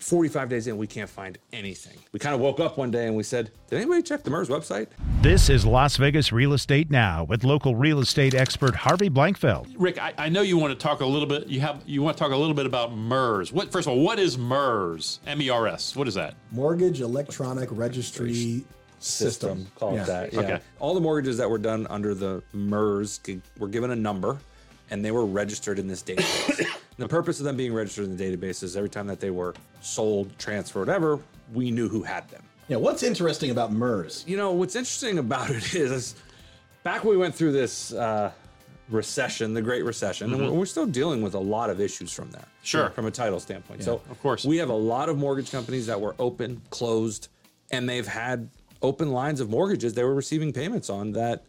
45 days in, we can't find anything. We kind of woke up one day and we said, Did anybody check the MERS website? This is Las Vegas Real Estate Now with local real estate expert Harvey Blankfeld. Rick, I, I know you want to talk a little bit. You have you want to talk a little bit about MERS. What first of all, what is MERS? M E R S. What is that? Mortgage Electronic Registry System. Call Yeah. it that. Yeah. Okay. All the mortgages that were done under the MERS g- were given a number and they were registered in this database. the purpose of them being registered in the database is every time that they were sold, transferred, whatever, we knew who had them. Yeah, what's interesting about MERS? you know what's interesting about it is back when we went through this uh, recession the great recession and we're- we're still dealing with a lot of issues from there Mm-hmm. Sure. from a title standpoint so of course. we have a lot of mortgage companies that were open closed and they've had open lines of mortgages they were receiving payments on that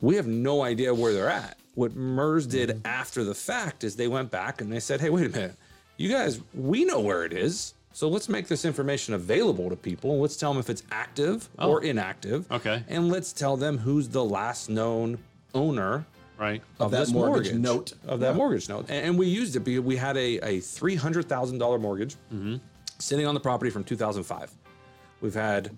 we have no idea where they're at. What MERS did after the fact is they went back and they said, hey, wait a minute, you guys, we know where it is. So let's make this information available to people and let's tell them if it's active or inactive. Okay. And let's tell them who's the last known owner Right. of, that this mortgage mortgage, note. Of that mortgage note. And, and we used it because we had a, a $300,000 mortgage Mm-hmm. sitting on the property from 2005. We've had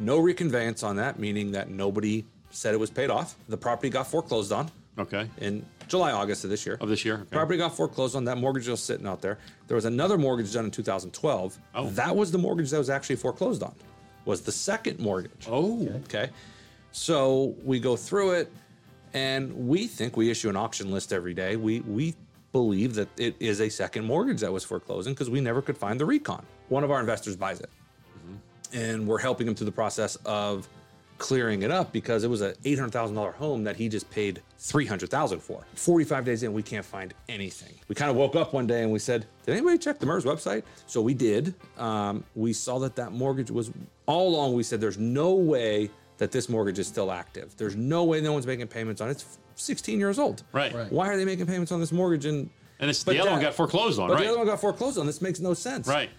no reconveyance on that, meaning that nobody said it was paid off. The property got foreclosed on Okay. in July, August of this year. Of this year. Okay. Property got foreclosed on. That mortgage was sitting out there. There was another mortgage done in 2012. Oh. That was the mortgage that was actually foreclosed on. Was the second mortgage. Oh. Okay. So we go through it and we think we issue an auction list every day. We we believe that it is a second mortgage that was foreclosing because we never could find the recon. One of our investors buys it. And we're helping him through the process of clearing it up because it was a $800,000 home that he just paid 300,000 for. 45 days in we can't find anything. We kind of woke up one day and we said, "Did anybody check the MERS website?" So we did. Um, we saw that that mortgage was all along we said there's no way that this mortgage is still active. There's no way no one's making payments on it. It's 16 years old. Right. Right. Why are they making payments on this mortgage and And it's but the other one that- got foreclosed on, But the right? other one got foreclosed on. This makes no sense. right.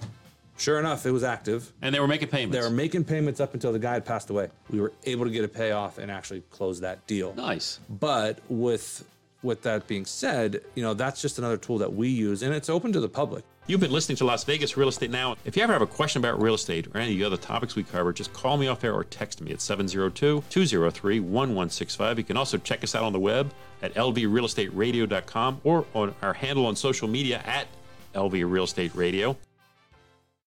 Sure enough, it was active. And they were making payments. They were making payments up until the guy had passed away. We were able to get a payoff and actually close that deal. nice. But with with that being said, you know, that's just another tool that we use and it's open to the public. You've been listening to Las Vegas Real Estate Now. If you ever have a question about real estate or any of the other topics we cover, just call me off air or text me at 702 203 1165. You can also check us out on the web at lvrealestateradio.com or on our handle on social media at lvrealestateradio.